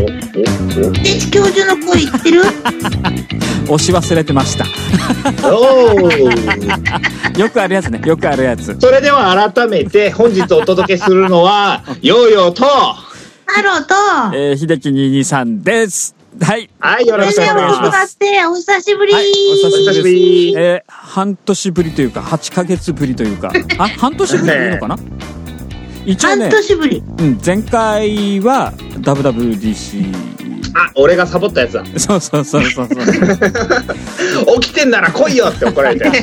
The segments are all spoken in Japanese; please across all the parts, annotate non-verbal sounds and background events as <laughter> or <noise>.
よ。哲教授の声言ってる押し忘れてました。おーよくあるやつね。よくあるやつ。それでは改めて本日お届けするのは、ヨーヨーと、はハローと、えー、秀樹223です。はい。い、よろ先しくお生願いしおます。聞きして、お久しぶり、はい、おお久久ししぶぶりりです。えー、半年ぶりというか、8ヶ月ぶりと <laughs> いうか、あ、半年ぶりでいいのかな一応半ね、年ぶり。うん、前回は WWDC。あ、俺がサボったやつだ。 <laughs> そうそうそうそうそう。起きてんなら来いよって怒られて。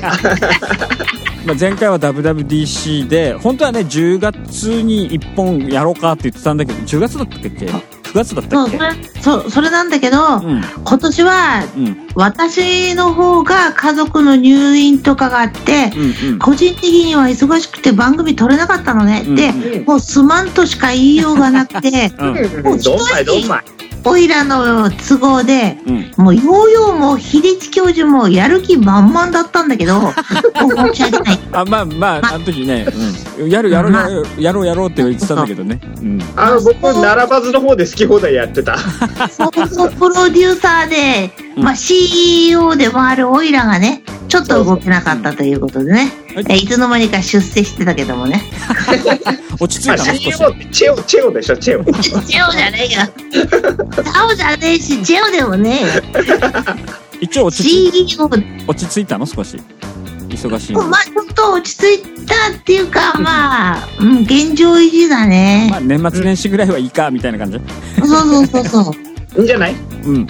まあ、前回は WWDC で本当はね10月に1本やろうかって言ってたんだけど10月だったっけ9月だったそっう、そけれ、そう、それなんだけど、うん今年は、うんうん私の方が家族の入院とかがあって、うん個人的には忙しくて番組撮れなかったのね。うんで、うんもうすまんとしか言いようがなく <laughs> て、うんもう一どんまいどん人、まい。おいらの都合で、うんもうヨーヨーも秀地教授もやる気満々だったんだけ <laughs> ど、もう申し訳ない。あまあまああの時ね、うん、やるやろうやろうやろうやろうって言ってたんだけどね、うん、あの、僕、並ばずの方で好き放題やってた。放送プロデューサーで、うんまあ、CEO でもあるオイラがね、ちょっと動けなかったということでね、うんえいつの間にか出世してたけどもね。落ち着いあ、たの少 CEO しってチェオ、チェオでしょ、チェオ。チェオじゃねえよ。チャオじゃねえし、チェオでもねえよ。一応落ち着 CEO で落ち着いたの少し忙しいも、のまあ、ちょっと落ち着いたっていうか、まあ、うん、現状維持だねま。あ年末年始ぐらいはいいかみたいな感じそうそうそうそ <laughs> う。いいんじゃないうんうん。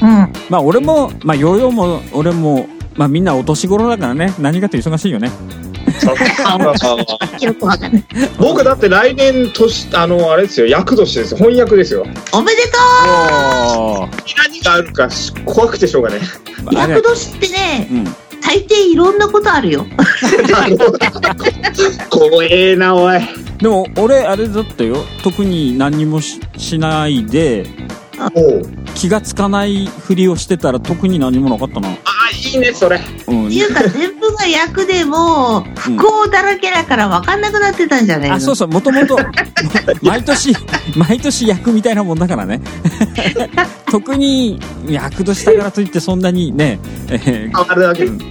まあ俺もまあヨーヨーも俺もまあみんなお年頃だからね何かと忙しいよねそっかよくわかんない。僕だって来年年あのあれですよ役年ですよ翻訳ですよおめでとお何があるかし怖くてしょうがねうーあれ役年ってね、うん大抵いろんなことあるよ。怖えなおいでも俺あれだったよ特に何もししないでおう気がつかないふりをしてたら特に何もなかったなあいいねそれうんっていうか全部が役でもう不幸だらけだから分かんなくなってたんじゃないの、あそうそうもともと <laughs> 毎年毎年役みたいなもんだからね <laughs> 特に役としたからといってそんなにね、えー変わるだけうん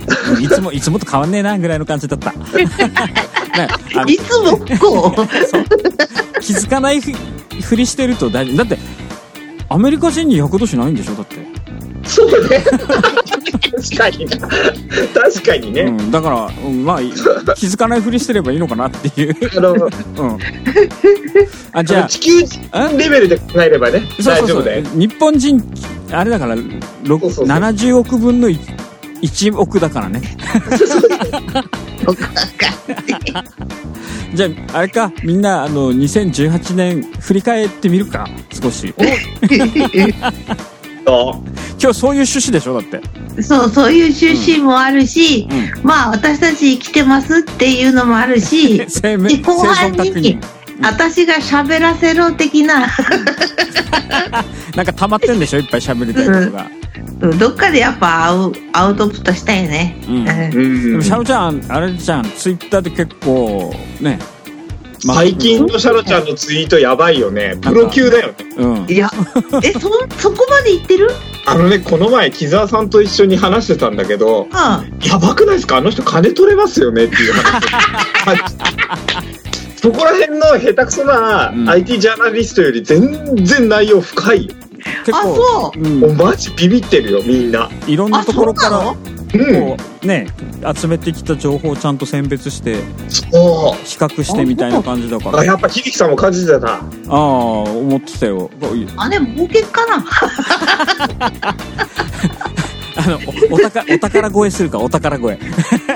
いつもいつもと変わんねえなぐらいの感じだった <laughs> ねあのいつも不幸 <laughs> 気づかないふふりしてると大事だってアメリカ人に役年ないんでしょだってそうね確かに確かにね、うん、だから、うんまあい <laughs> 気づかないふりしてればいいのかなっていう、あのうん、あじゃ地球人あんレベルで考えればねそうそ大うそ丈う夫だよ日本人あれだからろそうそう70億分の 1, 億だからね <laughs> じゃああれかみんなあの2018年振り返ってみるか少し今日そういう趣旨でしょだって、そうそういう趣旨もあるし、 <laughs> まあ私たち生きてますっていうのもあるしうん、生命で生後半存確に認私が喋らせろ的な、なんか溜まってんでしょいっぱい喋りたいことが、うんどっかでやっぱアウアウトプットしたいね。うんうでんうんもシャロちゃんあれじゃんツイッターで結構ねまあ最近のシャロちゃんのツイートやばいよねプロ級だよねうんいや、え、そ、そこまで言ってるあのねこの前木澤さんと一緒に話してたんだけどうん。やばくないですかあの人金取れますよねっていう話 <laughs> はいそこら辺の下手くそなうん IT ジャーナリストより全然内容深い、結あ、構そう。う、もうんマジビビってるよみんないろんなところからあそこうんうね集めてきた情報をちゃんと選別してそ比較してみたいな感じだかうあらあやっぱ秀樹さんも感じてたあ思ってたよこういうあれ、儲けっかなあのおお宝 <laughs> お宝声するかお宝声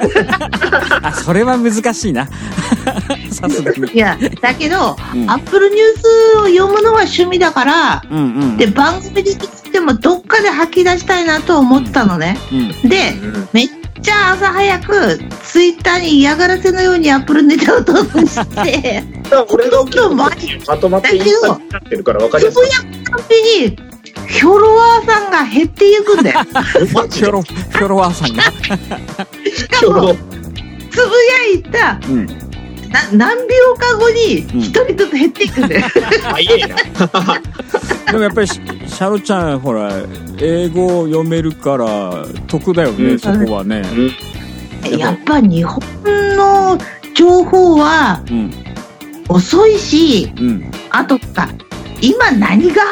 <laughs> あそれは難しいな <laughs> さすがにいや、だけど、うんアップルニュースを読むのは趣味だから、うんうんで、番組で聞いてもどっかで吐き出したいなと思ってたのね。うんで、めっちゃ朝早く、ツイッターに嫌がらせのようにアップルネタを投稿 <laughs> して、だから俺が起きるマとジまとまってインスタになってるから分かりやつすぶやくたびに、フォロワーさんが減っていくんだ <laughs> よ。いマジフでョロフョロワーさんがしかも、つぶやいた、うんな何秒か後に一人ずつ減っていく <laughs> んだよ、早いな。でもやっぱりシシャロちゃんほら英語読めるから得だよね、うんそこはね、うんやっぱ日本の情報はうん遅いしうん、あとか今何が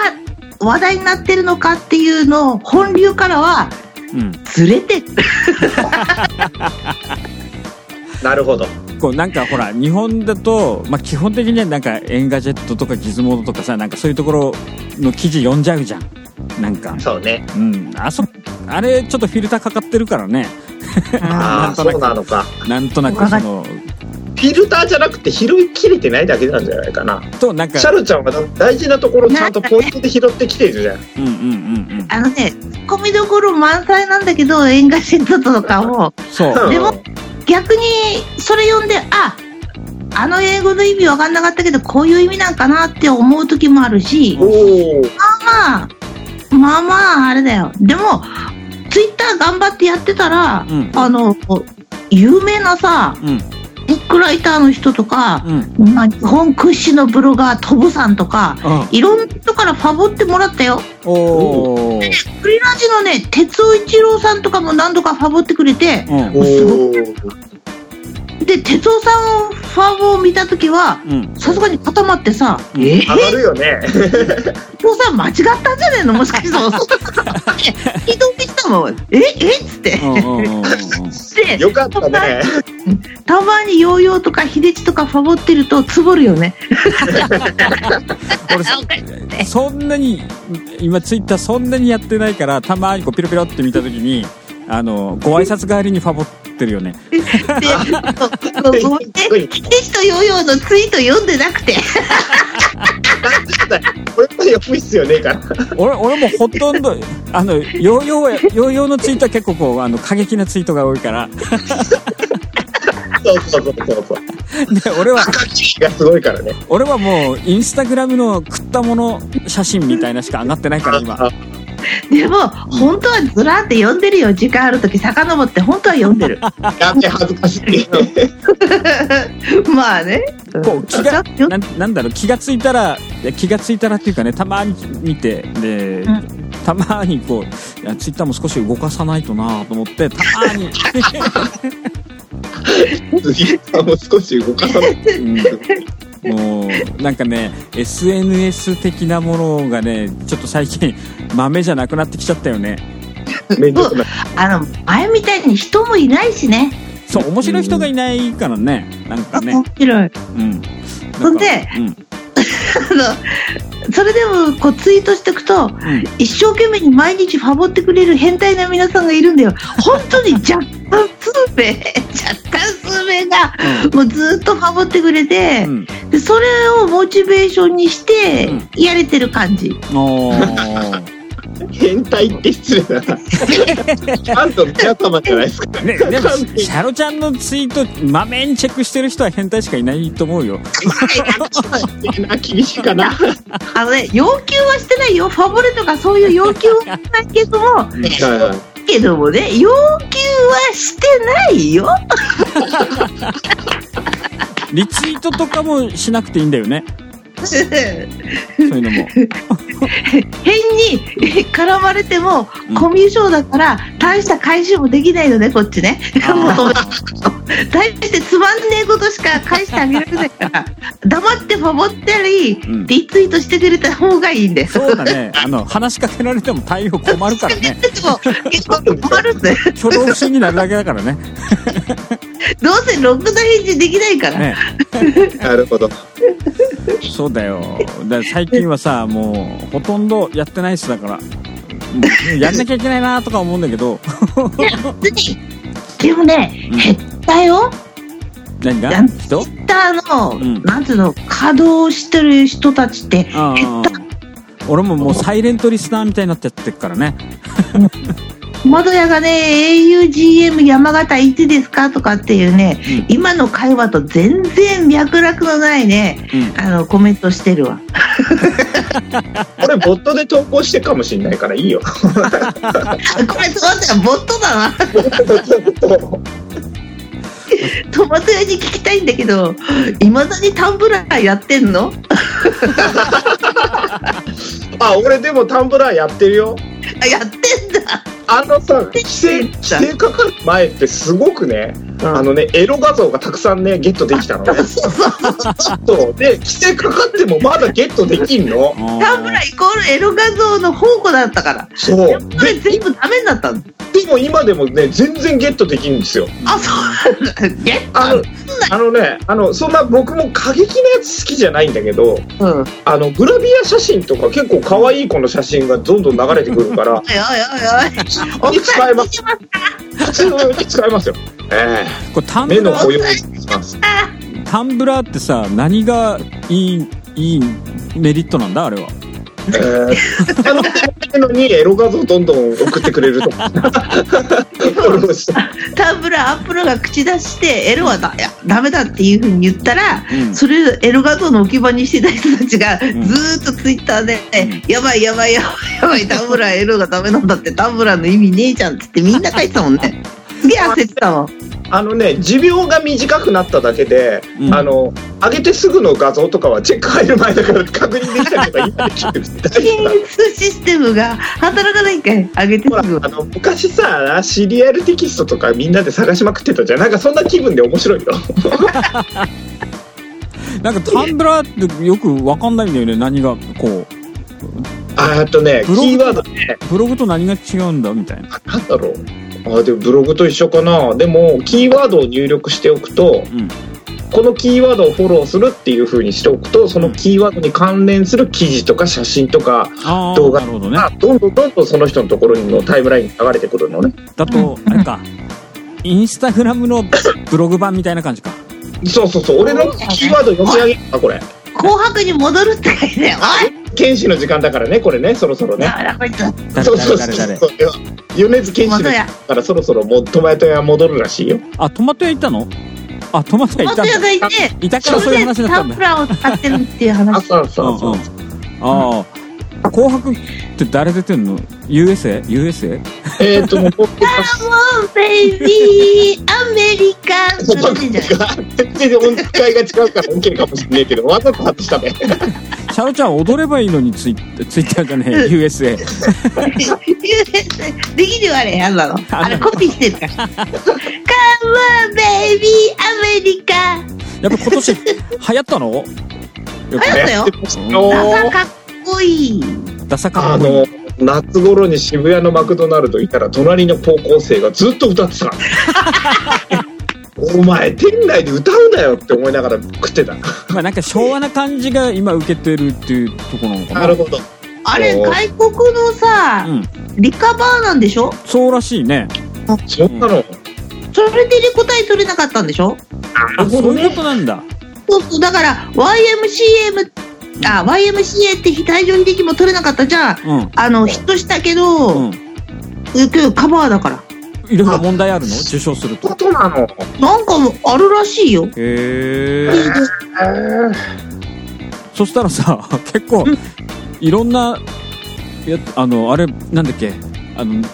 話題になってるのかっていうのを本流からはうん、ずれてるなるほど。こうなんかほら日本だと、まあ、基本的にはなんかエンガジェットとかギズモードとかさなんかそういうところの記事読んじゃうじゃんなんか、そうね。うん、あそあれちょっとフィルターかかってるからねああ、なんとそなくうなのか。なんとなくそのフィルターじゃなくて拾いきれてないだけなんじゃないかな。となんかシャルちゃんは大事なところちゃんとポイントで拾ってきてるじゃん。うんうんうんうんあのねツッコミどころ満載なんだけど演歌シートとかもそうでも逆にそれ読んでああの英語の意味わかんなかったけどこういう意味なんかなって思う時もあるしおおー。まあまあまああれだよでもツイッター頑張ってやってたら、うんあの有名なさうんブックライターの人とか、うんまあ、日本屈指のブロガートブさんとかあいろんな人からファボってもらったよおーフリラジのね哲夫一郎さんとかも何度かファボってくれてうんおすごーで哲夫さんファボを見た時は <laughs> うんさすがに固まってさ、うんえ上がるよね。伊藤さん間違ったんじゃねえのもしかしてそうそう <laughs> 聞いておきしたもんええっつってうんうんうんうんでよかったね。たまにヨーヨーとか秀地とかファボってるとつぼるよね俺そそんなに今ツイッターそんなにやってないからたまにこうピロピロって見た時にあのご挨拶代わりにファボってるよねでそ <laughs> うごめんね秀地とヨーヨーのツイート読んでなくてこれまで読む必要ねえから。俺俺もほとんど <laughs> あのヨーヨーはヨーヨーのツイートは結構こうあの過激なツイートが多いからでそうそうそうそうそう。俺はがすごいからね。俺はもうインスタグラムの食ったもの写真みたいなしか上がってないから今あでも本当はずらって読んでるよ時間ある時遡って本当は読んで <laughs> るやべえ恥ずかしい。まあねこう気が読んななんだろう気がついたらいや気がついたらっていうかねたまに見てで、うたまにこういやツイッターも少し動かさないとなと思ってたまに、 <laughs> 次もう少し動かさない。うんもうなんかね SNS 的なものがねちょっと最近豆じゃなくなってきちゃったよねめんどくない。あの前みたいに人もいないしねそう面白い人がいないからねなんかね面白いうんほんでなんかあのそれでもこうツイートしていくとうんうん一生懸命に毎日ファボってくれる変態な皆さんがいるんだよ本当に若干数名若干数名がもうずっとファボってくれてう、んでそれをモチベーションにしてうんやれてる感じ、おー変態って失礼だな。ちゃんと皆様じゃないですか。ね、でもシャロちゃんのツイートまめにチェックしてる人は変態しかいないと思うよ厳しいかな。あのね要求はしてないよファボるとかそういう要求はしてないけどもけどもね要求はしてない <laughs> よリツイートとかもしなくていいんだよね。そういうのも。変にえ絡まれてもうんコミュ障だから大した回収もできないのねこっちね求め <laughs> 大してつまんねえことしか返してあげられない <laughs> から黙ってファボったりうんリツイートしてくれた方がいいんだよそうだね。あの、話しかけられても対応困るからね。でも結構困るんだよ挙動不審になるだけだからね。どうせろくな返事できないから、ね。なるほど。そうだよ。だから最近はさ、もう、ほとんどやってないっすだから。もうやんなきゃいけないなとか思うんだけど。別にでもねうん減ったよ何ながん人ツイッターの、うんなんていうの稼働してる人たちってあー俺ももうサイレントリスナーみたいになっちゃってるからね。窓屋がね、augm 山形いつですかとかっていうね、うん今の会話と全然脈絡のないね、うんあの、コメントし <laughs> てるわ。これボットで投稿してかもしれないからいいよ。あこれ、そうだよ、ボットだな。トマト屋に聞きたいんだけど、いまだにタンブラーやってんのあ、俺でもタンブラーやってるよ。あやってんだ。あのさ、規制、規制かかる前ってすごくね、あのね、エロ画像がたくさんね、ゲットできたのね。 <laughs> そうそう。そう。で、規制かかってもまだゲットできんの。タンブラーイコールエロ画像の宝庫だったから。そう。そ <laughs> れ全部ダメになった <laughs> の。でも今でもね、全然ゲットできるんですよ。あ、そうなんだ。ゲッあの、あのね、あの、そんな僕も過激なやつ好きじゃないんだけど、うん。おいおいおいあの、グラビア写真とか結構可愛い子の写真がどんどん流れてくる <laughs> から、お普通い。に使えまおす。普通に使えますよ。えこれタえン目ブのラー保養にします。タンブラーってさ何がいいいいメリットなんだあれはえー、頼んでないのにエロ画像どんどん送ってくれるとか。 <laughs> タンブラーアップルが口出してエロはだいやダメだっていうふうに言ったらうんそれをエロ画像の置き場にしてた人たちがずんーっとツイッターで「うやばいやばいやばいやばいタンブラーエロがダメなんだってタンブラーの意味ねえじゃん」ってみんな書いてたもん <laughs> ねすげえ焦ってたもんあのね、寿命が短くなっただけで、うんあの、上げてすぐの画像とかはチェック入る前だから確認できたりとか今できる <laughs> んです大丈夫だ。検出システムが働かないんかい上げてほらすぐあの昔さシリアルテキストとかみんなで探しまくってたじゃんなんかそんな気分で面白いよなんかタンブラーってよくわかんないんだよね何がこうあーっとねキブログーワードねブログと何が違うんだみたいななんだろうあーでもブログと一緒かなでもキーワードを入力しておくとうんこのキーワードをフォローするっていう風にしておくとそのキーワードに関連する記事とか写真とかあ動あ画なるほどねがどんどんどんどんその人のところのタイムラインに流れてくるのねだとあれかインスタグラムのブログ版みたいな感じかそうそうそう俺のキーワード読み上げたこれ紅白に戻るって書いてあるおい剣士の時間だからねこれねそろそろねダメだこいつ誰そうそ誰う誰誰そう米津玄師の時間からそろそろもうトマト屋戻るらしいよあトマト屋行ったのあトマト屋行本っ当たんやだがいていたからそそういうれ話でだったタんンだブラーを使ってるっていうあ話そうそうそう、ああ紅白って誰出てんの ?USA?USA? えっ、ー、ともうポッドキャストもうベイビーアメリカそれでいいんじゃない全然音階が違うから OK かもしれないけどわざと外したねシャロちゃん踊ればいいのにツイツイッターじゃねえ USA できるよあれやんだろあれコピーしてるから「カモンベイビーアメリカ」やっぱ今年流行ったのよ流行ったよ朝かっこいいくダサかあっこいのい夏頃に渋谷のマクドナルド行ったら隣の高校生がずっと歌ってたお前店内で歌うなよって思いながら食ってたまあなんか昭和な感じが今受けてるっていうところなのかななるほどあれおー外国のさうん、リカバーなんでしょそうらしいねそんなの、それで答え取れなかったんでしょなあるそほうどいうねことなんだそうそうだから YMCM あ YMCA って非対常にも取れなかったじゃんうんあのヒットしたけうど、んけどカバーだからいろいろ問題あるの受賞するとことなのなんかもうあるらしいよへえへーそしたらさ結構いろんなやあのあれなんだっけあの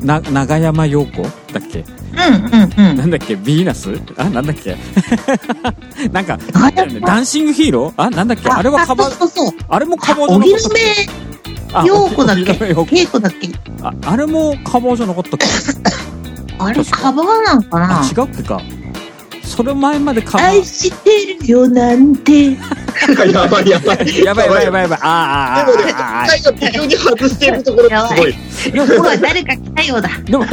な長山洋子だっけうんうんうんなんだっけヴィーナスあなんだっけ <laughs> なんか長だよねダンシングヒーローあなんだっけあれはカそバうそうそうあれもカバーじゃな荻か野ったっけ目あ陽子だっ荻野目け洋子稽古だっけああれもカバーじゃなかったっけあれカバーなんかなあ違うっけかそれ前までカバ愛ーしてるよなんて <laughs> やばいやばいやばいやばいやばいやばいあーあーあーあーあー最後微妙に外してるところがすごい。で今も日これは誰か来たようだでも、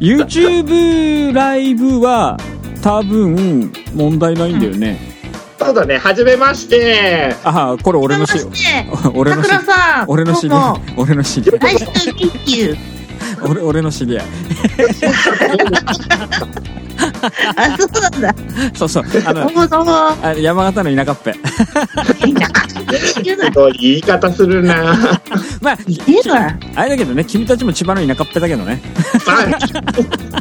ゆ YouTube ライブは多分問題ないんだよね。そうだね、はじめまして。ああ、これ俺のさ、して俺さのくし、らさん俺の知り合どういも、俺の知り合い、愛してるキッキュ俺俺の知り合い。あそうなん <laughs> だそうそう、あどのう、もどうもあ山形の田舎っぺ。いいなキッキュすだごい言い方するな。まあ、いいわあれだけどね、君たちも千葉の田舎っぺだけどね。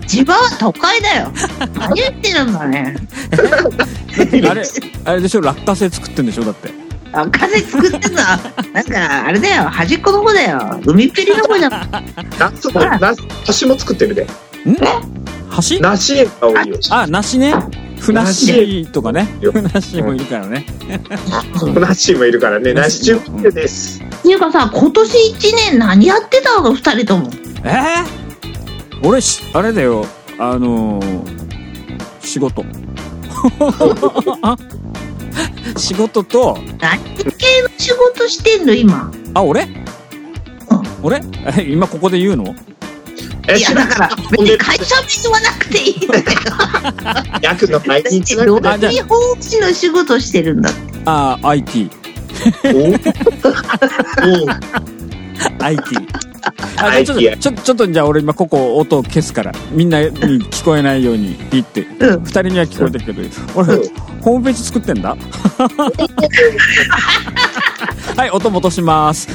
千葉は都会だ <laughs> よ何言ってるんだねあれ、あれでしょ、落花生作ってんでしょ、だって。あ風作ってんのなんかあれだよ端っこの方だよ海っぺりの方じゃんラスト、ラスト、私も作ってるで。ん橋梨園が多いよ。あ、梨ね。ふなっしーとかね。よふなっしーもいるからね。梨もいるからね、梨中継です。っていうかさ今年1年何やってたの2人ともえー、俺し、あれだよ。あのー、仕事。 <laughs> 仕事と、何系の仕事してんの今あ、俺俺え今ここで言うのえ、いや知らだんから別に会社名言わなくていいんだよヤクの会私議って中な料んだ理法師の仕事してるんだってあー、IT。けど。おお IT。あ、ちょっと、ちょっと、ちょっとじゃあ俺今ここ音を消すから。みんなに聞こえないようにピッて。うん二人には聞こえてるけど、俺、ホームページ作ってんだ <laughs> はい、音戻します。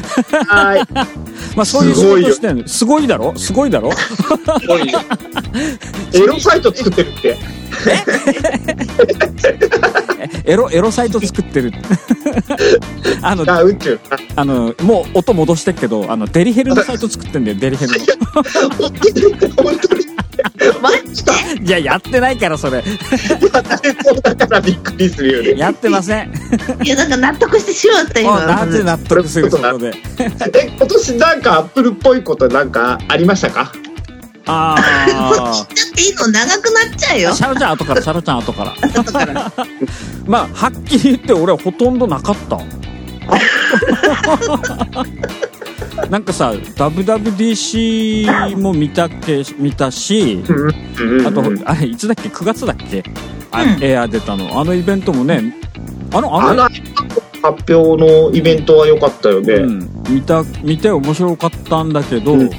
はい。まあ、そういう仕すごいよ事してんの。すごいだろすごいだろおいエロサイト作ってるって。エロ、エロサイト作ってる。 <laughs> あの、あ、宇宙。あの、もう音戻してっけど、あの、デリヘルのサイト作ってんだよ、デリヘルの。本当に、本当に。マジでいや、やってないから、それ。そうだからびっくりするよね。やってません。いやなんか納得してしまった今もうなぜ納得する、そこで。え、今年なんかアップルっぽいことなんかありました <laughs> かあこあっ。ちだっていいの長くなっちゃうよシャロちゃん後から、シャロちゃん後から。まあ、はっきり言って俺はほとんどなかった。なんかさ、WWDC も見たけ、見たし、うんあとうん、あれ、いつだっけ ?9 月だっけあうんエアー出たの。あのイベントもね、あの、ああのの、発表のイベントは良かったよね。うん、見た、見て面白かったんだけど、うん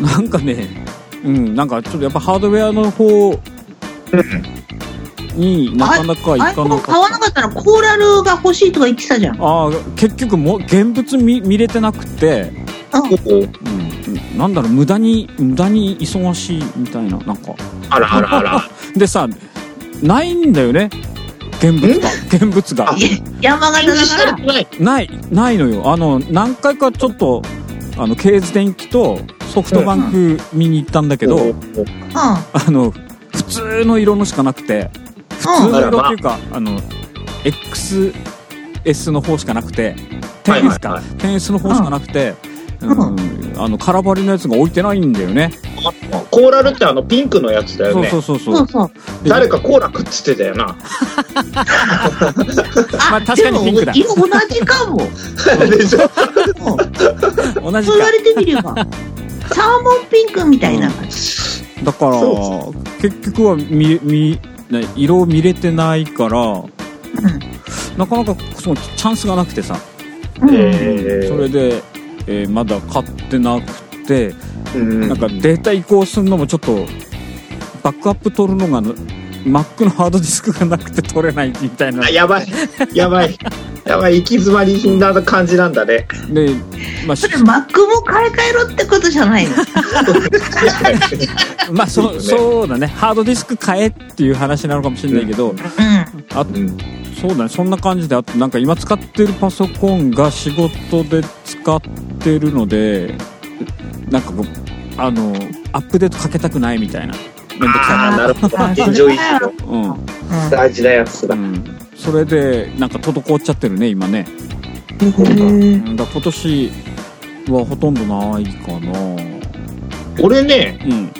なんかね、うん、なんかちょっとやっぱハードウェアの方になかなかいかなか iPhone った。買わなかったらコーラルが欲しいとか言ってたじゃんああ結局もう現物見見れてなくて、ここうん、なんだろう無駄に無駄に忙しいみたいななんかあらあら <laughs> あら。でさないんだよね現物が現物があいや山形だからない。ないないのよあの何回かちょっとあのケーズ電機とソフトバンク見に行ったんだけど、あの普通の色のしかなくてう普ん通うんの色っていうか、あの XS の方しかなくて 10S か、はい 10S の方しかなくて、んうんあの空張りのやつが置いてないんだよねコーラルってあのピンクのやつだよそうね。そうそうそうそうそうで誰かコーラ食ってたよな。まあ確かにピンクだでも色同じ <laughs> かも <laughs> でしょ同じそう言かわれてみればサーモンピンクみたいな感じだからそ結局は見見ね色を見れてないからなかなかそのチャンスがなくてさ、うんうんえーそれで、えーまだ買ってなくてうんなんかデータ移行するのもちょっとバックアップ取るのが Mac のハードディスクがなくて取れないみたいなあやばい。やばい。やばい。行き詰まり品な感じなんだね。で、まあ、それ Mac も買い替えろってことじゃないのまあそいいようねそうだねハードディスク買えっていう話なのかもしれないけど、うあそうだねそんな感じであとなんか今使ってるパソコンが仕事で使ってるのでなんかこうあのアップデートかけたくないみたいなめんどくさああ、なるほど。現状維持のいな、大事なやつうだ。んうん、それでなんか滞っちゃってるね今ね、んううんん、だから今年はほとんどないかな俺ね、うん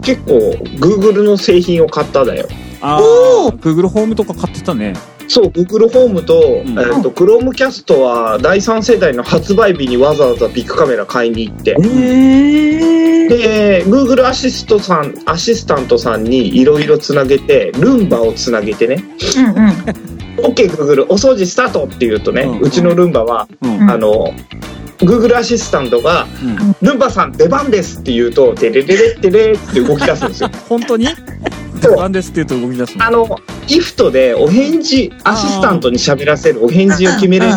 結構、Google の製品を買っただよ。あおあ Google ホームとか買ってたねそう、Google ホームと、うんえっと、Chromecast は第3世代の発売日にわざわざビッグカメラ買いに行って、へえで、Google アシストさん、アシスタントさんにいろいろつなげて、ルンバをつなげてね、うんうん OK Google お掃除スタートって言うとね、うんうちのルンバは、うん、うんあの、Google アシスタントが、うんルンバさん出番ですって言うと、テレレレってレって動き出すんですよ。本当にそう出番ですって言うと動き出すのあの、イフトでお返事、アシスタントに喋らせるお返事を決めれる。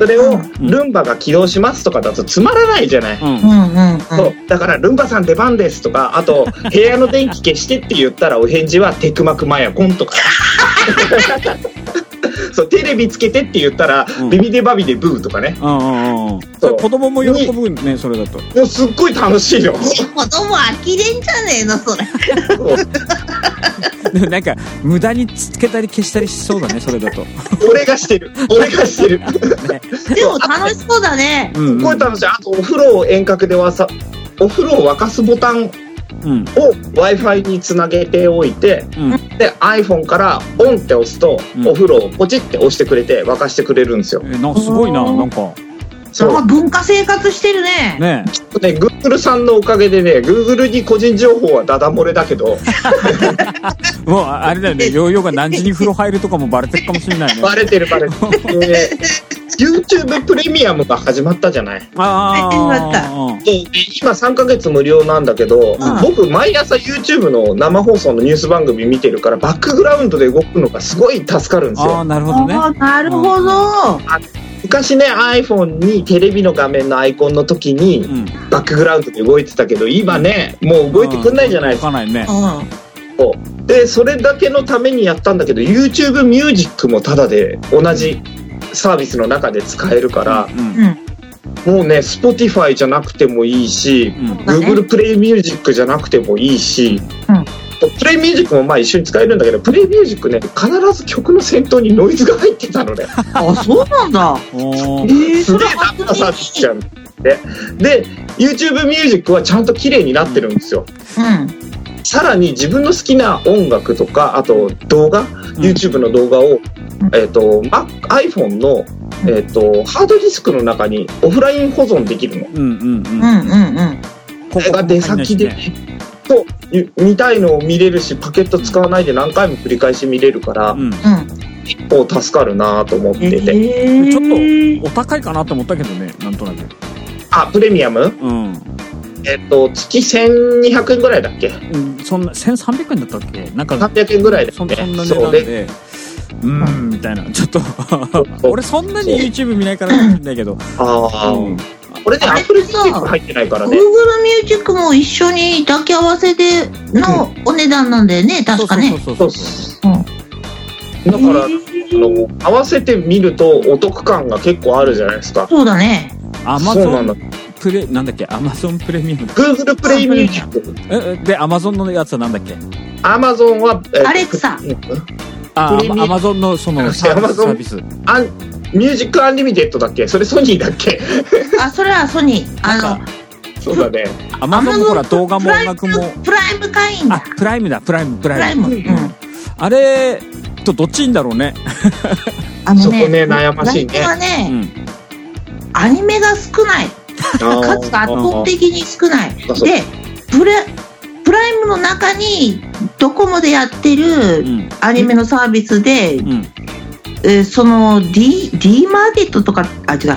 それをう、んルンバが起動しますとかだとつまらないじゃない。うんうんうんうんそう。だから、ルンバさん出番ですとか、あと、部屋の電気消してって言ったらお返事は、テクマクマヤコンとか。 <laughs> そうテレビつけてって言ったら、うんビビデバビでブーとかねうんうんうんそう子供も喜ぶねそれだ <laughs> ともうすっごい楽しいよ子供飽きれんじゃねえ <laughs> のそれそうでもなんか無駄につけたり消したりしそうだねそれだと、俺がしてる俺がしてるねでも楽しそうだねうんうんこれ楽しいあとお風呂を遠隔でわさお風呂を沸かすボタンをうん、 w i f i につなげておいてうん、で iPhone からオンって押すと、うんお風呂をポチって押してくれて沸かしてくれるんですよえなんかすごいななんかそうあ文化生活してるねねね、Google さんのおかげでね、Google に個人情報はダダ漏れだけど、もうああれだよねヨーヨーが何時に風呂入るとかもバレてるかもしれないねバレてるバレてる。で YouTube プレミアムが始まったじゃない。ああで今3ヶ月無料なんだけど、ん僕毎朝 YouTube の生放送のニュース番組見てるから、バックグラウンドで動くのがすごい助かるんですあよ。あなるほどねああなるほど昔ね、iPhone にテレビの画面のアイコンの時うにんバックグラウンドで動いてたけど、今ね、もう動いてくんないじゃないですか動かないねうんでそれだけのためにやったんだけど YouTube ミュージックもタダで同じサービスの中で使えるから、うん <laughs> うんもうね Spotify じゃなくてもいいしうんだね Google プレイミュージックじゃなくてもいいし、うんプレイミュージックもまあ一緒に使えるんだけどプレイミュージックね必ず曲の先頭にノイズが入ってたのねあそうなんだおーえ <laughs> えすげえダメなサービスじゃんってで YouTube ミュージックはちゃんと綺麗になってるんですようんさらに自分の好きな音楽とか、あと動画、YouTube の動画を、えっ、と、Mac iPhone の、えっ、と、ハードディスクの中にオフライン保存できるの。うんうんううんんうんうんここれが出先で、そう、ゆ見たいのを見れるし、パケット使わないで何回も繰り返し見れるから、うんうん結構助かるなと思ってて。ええちょっお高いかなと思ったけどねなんとなくあ、プレミアムうんえっ、と、月1200円ぐらいだっけうんそんな1300円だったっけなんか ?300 円ぐらいだそっんそけんな値そ段うでで、うーんみたいなちょっとそう俺そんなに YouTube 見ないからかもしれないけど、ああ、うんこれね、あれ Apple Music 入ってないからね。 Google ミュージックも一緒に抱き合わせでのお値段なんだよね、確かね。そうそそうそううそうだから、あへえの合わせてみるとお得感が結構あるじゃないですか。そうだね。そうなん Amazon だ。プレなんだっけ Amazon プレミアム Google プレイミュージック、ええで Amazon のやつはなんだっけ Amazon は、えっとアレクサあプレミアム Amazon のそのサービス Amazon サービスアンミュージックアンリミテッドだっけそれソニーだっけあ、それはソニー。あなんの、そうだね。 Amazon もほら動画も音楽もプライム会員あだ。プライムだプライムププラライイムム。うん。あれとどっちいいんだろうねあのそこね悩ましいねプライムはうね、んアニメが少ない。数が圧倒的に少ない。あーそうで、プレ、プライムの中に、ドコモでやってうるんアニメのサービスで、うんえーその D、D マーケットとか、あ、違う。うん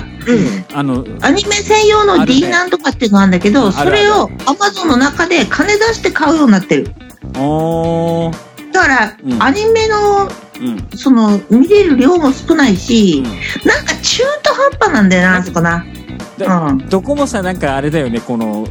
あのアニメ専用あのるね D なんとかっていうのがあるんだけうど、んあそるあるれを Amazon の中で金出して買うようになってる。おーだから、うんアニメの、うんその、見れる量も少ないうし、んなんか中途半端なんだよな、あそこな。でうん。どこもさなんかあれだよねこの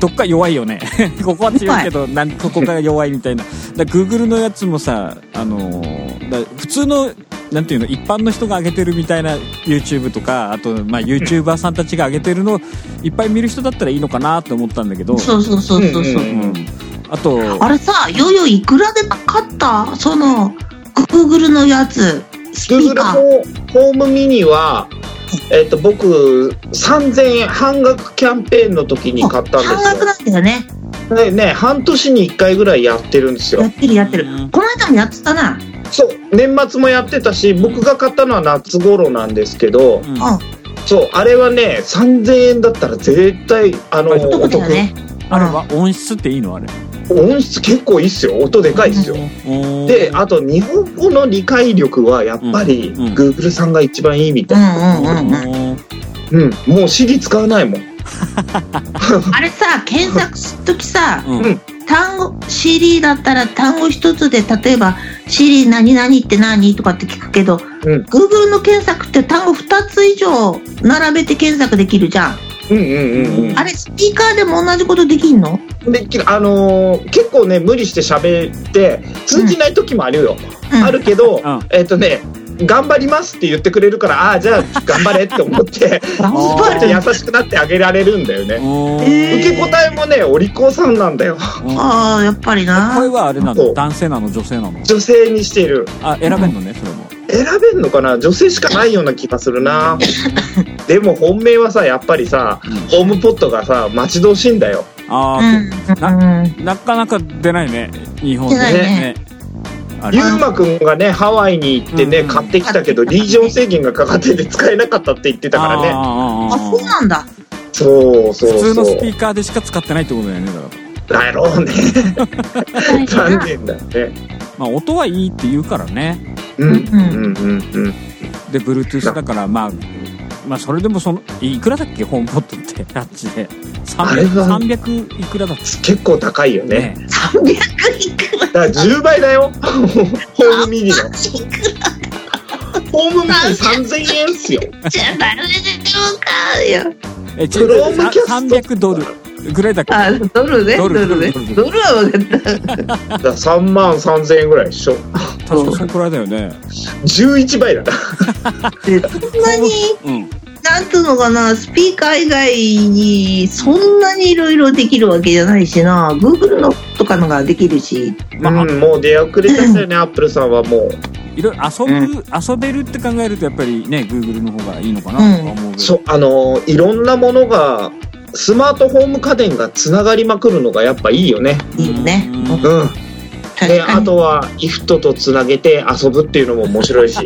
どっか弱いよね <laughs> ここは強いけどなんここが弱いみたいなだ Google のやつもさあのーだ普通のなんていうの一般の人が上げてるみたいな YouTube とかあと、まあ、YouTuber さんたちが上げてるのをいっぱい見る人だったらいいのかなと思ったんだけど、そうそうそうそうそうう。うん、あとあれさ、よよいくらで買ったその、Google のやつ、スピ Google ーカー。ホーホームミニは、えっと、僕、3000円半額キャンペーンの時に買ったん半額でなんだよね。すよ。ね、ね、半年に1回ぐらいやってるんですやよっ。てるやってるうん。この間もやってたな。そう、年末もやってたし、僕が買ったのは夏頃なんですけど、うんあそう、あれはね、3000円だったら絶対、あの、やっぱりどこおだ得よね。あれは音質っていいのあれ音質結構いいっすよ。音でかいっすよ。で、あと、日本語の理解力はやっぱり、うんうん Google さんが一番いいみうたい。んうんうんうん。うんうん、もう CD 使わないもん。あれさ、検索するときさ、うん単語、CD だったら単語一つで、例えば、CD 何々って何とかって聞くけど、うん Google の検索って単語二つ以上並べて検索できるじゃん。うんうんうんあれ、スピーカーでも同じことできんのうん。で、きあのー結構ね、無理して喋って、通じない時もあるよ。うんあるけど、うんえっ、とね、頑張りますって言ってくれるから、ああ、じゃあ頑張れって思 <laughs> って、あスパッと優しくなってあげられるんだよね。えー受け答えもね、お利口さんなんだよ。あああ、やっぱりな。声はあれなそのう男性なの女性なの女性にしている。あ選べんのねそれも選べんのかな女性しかないような気がする <laughs> な。でも本命はさ、やっぱりさ、ホームポットがさ、待ち遠しいんだよ。あうあ、ん。うんなかなか出ないね日本で出ないねあれゆうまくんがね、ハワイに行ってね、うん買ってきたけど、リージョン制限がかかってて使えなかったって言ってたからね。あーあ、そうなんだ。そうそうそう。普通のスピーカーでしか使ってないってことだよねだかだらろ <laughs> うね。大事残な念だよね。まあ音はいいって言うからねうんううんうんうん。で Bluetooth だからまあまあそれでもそのいくらだっけホームポットってあっちであれは 300, 300いくらだっ結構高いよたね。ね300いくらだから10倍 <laughs> だよ。ホームミニの。ホームミニ3000円っすよ。じゃダメでしょうかいや。えクロームキャスト300ドルぐらいだっけあ、ドルね、ドドルルねドル。ドルは分かった。だから3万3000円ぐらいでしょ。確かそんくらいだよね11倍だな。でそんなに、うんなんつうのかな、スピーカー以外に、そんなにいろいろできるわけじゃないしな、Google のとかのができるし、まあうん、もう出遅れたんだ <laughs> よね、アップルさんはもいろいろ遊ぶ、遊べるって考えるとやっぱりね Google の方がいいのかなうんとか思うう。けど、そう、あのーいろんなものが、スマートホーム家電がつながりまくるのがやっぱいいよね。いいよね。うんうんうん。確で、かあに。とは、ギフトとつなげて遊ぶっていうのも面白い <laughs> し。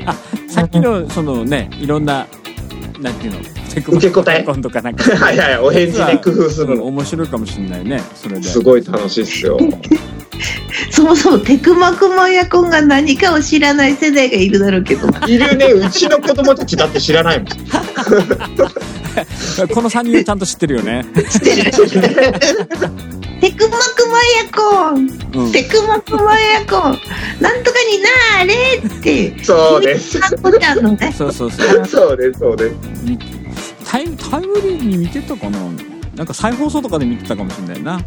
さっきのそのねいろんななんていうのセク受け答えコンとかなんか <laughs> はいはい、お返事で工夫するうんの。面白いかもしれないねそれですごい楽しいっすよ。そもそもテクマクマエアコンが何かを知らない世代がいるだろうけど、いるね、うちの子供たちだって知らないもん。 <laughs> この3人はちゃんと知ってるよね、テクマクマエアコンうん、テクマクマエアコンなんとかになーれっ <laughs> て、そう <laughs> です。あんこちゃんのね、そう <laughs> そうそうそうです、そうです。タイムタイムリーに見てたかななんか再放送とかで見てたかもしれないな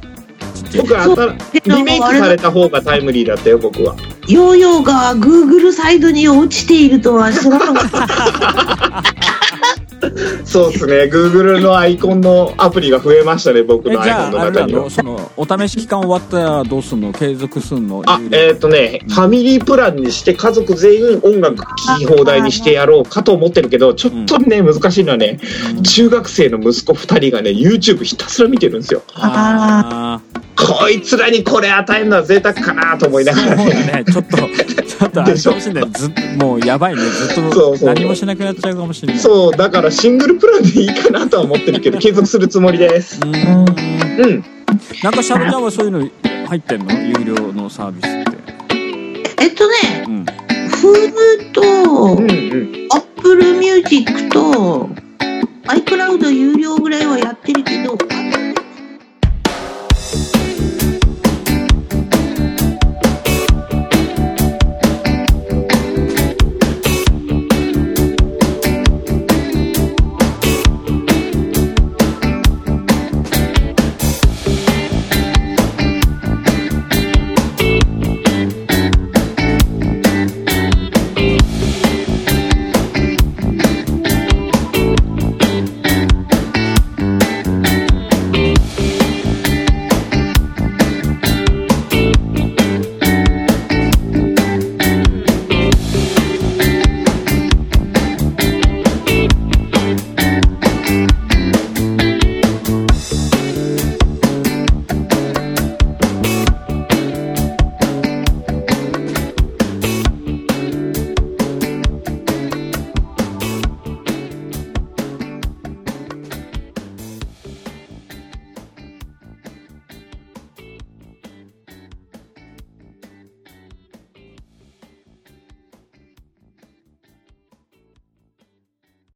ちっちゃい僕、あそうたらリメイクされた方がタイムリーだったよ、僕は。ヨーヨーが Google サイドに落ちているとは知らなかった。そうっすね、Google のアイコンのアプリが増えましたね、僕えのアじイゃコンのああれ中なにのは。そのお試し期間終わったらどうすんの継続すんのあ有、料えっ、とね、ファミリープランにして家族全員音楽聴き放題にしてやろうかと思ってるけど、ちょっとね、難しいのはね、うん中学生の息子2人がね、YouTube ひたすら見てるんですよ。あーこいつらにこれ与えるのは贅沢かなと思いながら <laughs> そうね。だねちょっとちょっとあれかもしれないずもうやばいねずっそうとそう何もしなくなっちゃうかもしれないそう、だからシングルプランでいいかなとは思ってるけど、継続するつもりです。うーんうん。なんかシャブちゃんはそういうの入ってんの有料のサービスって。えっとね、うん。 Hulu とうんうん。 Apple Music と iCloud 有料ぐらいはやってるけど、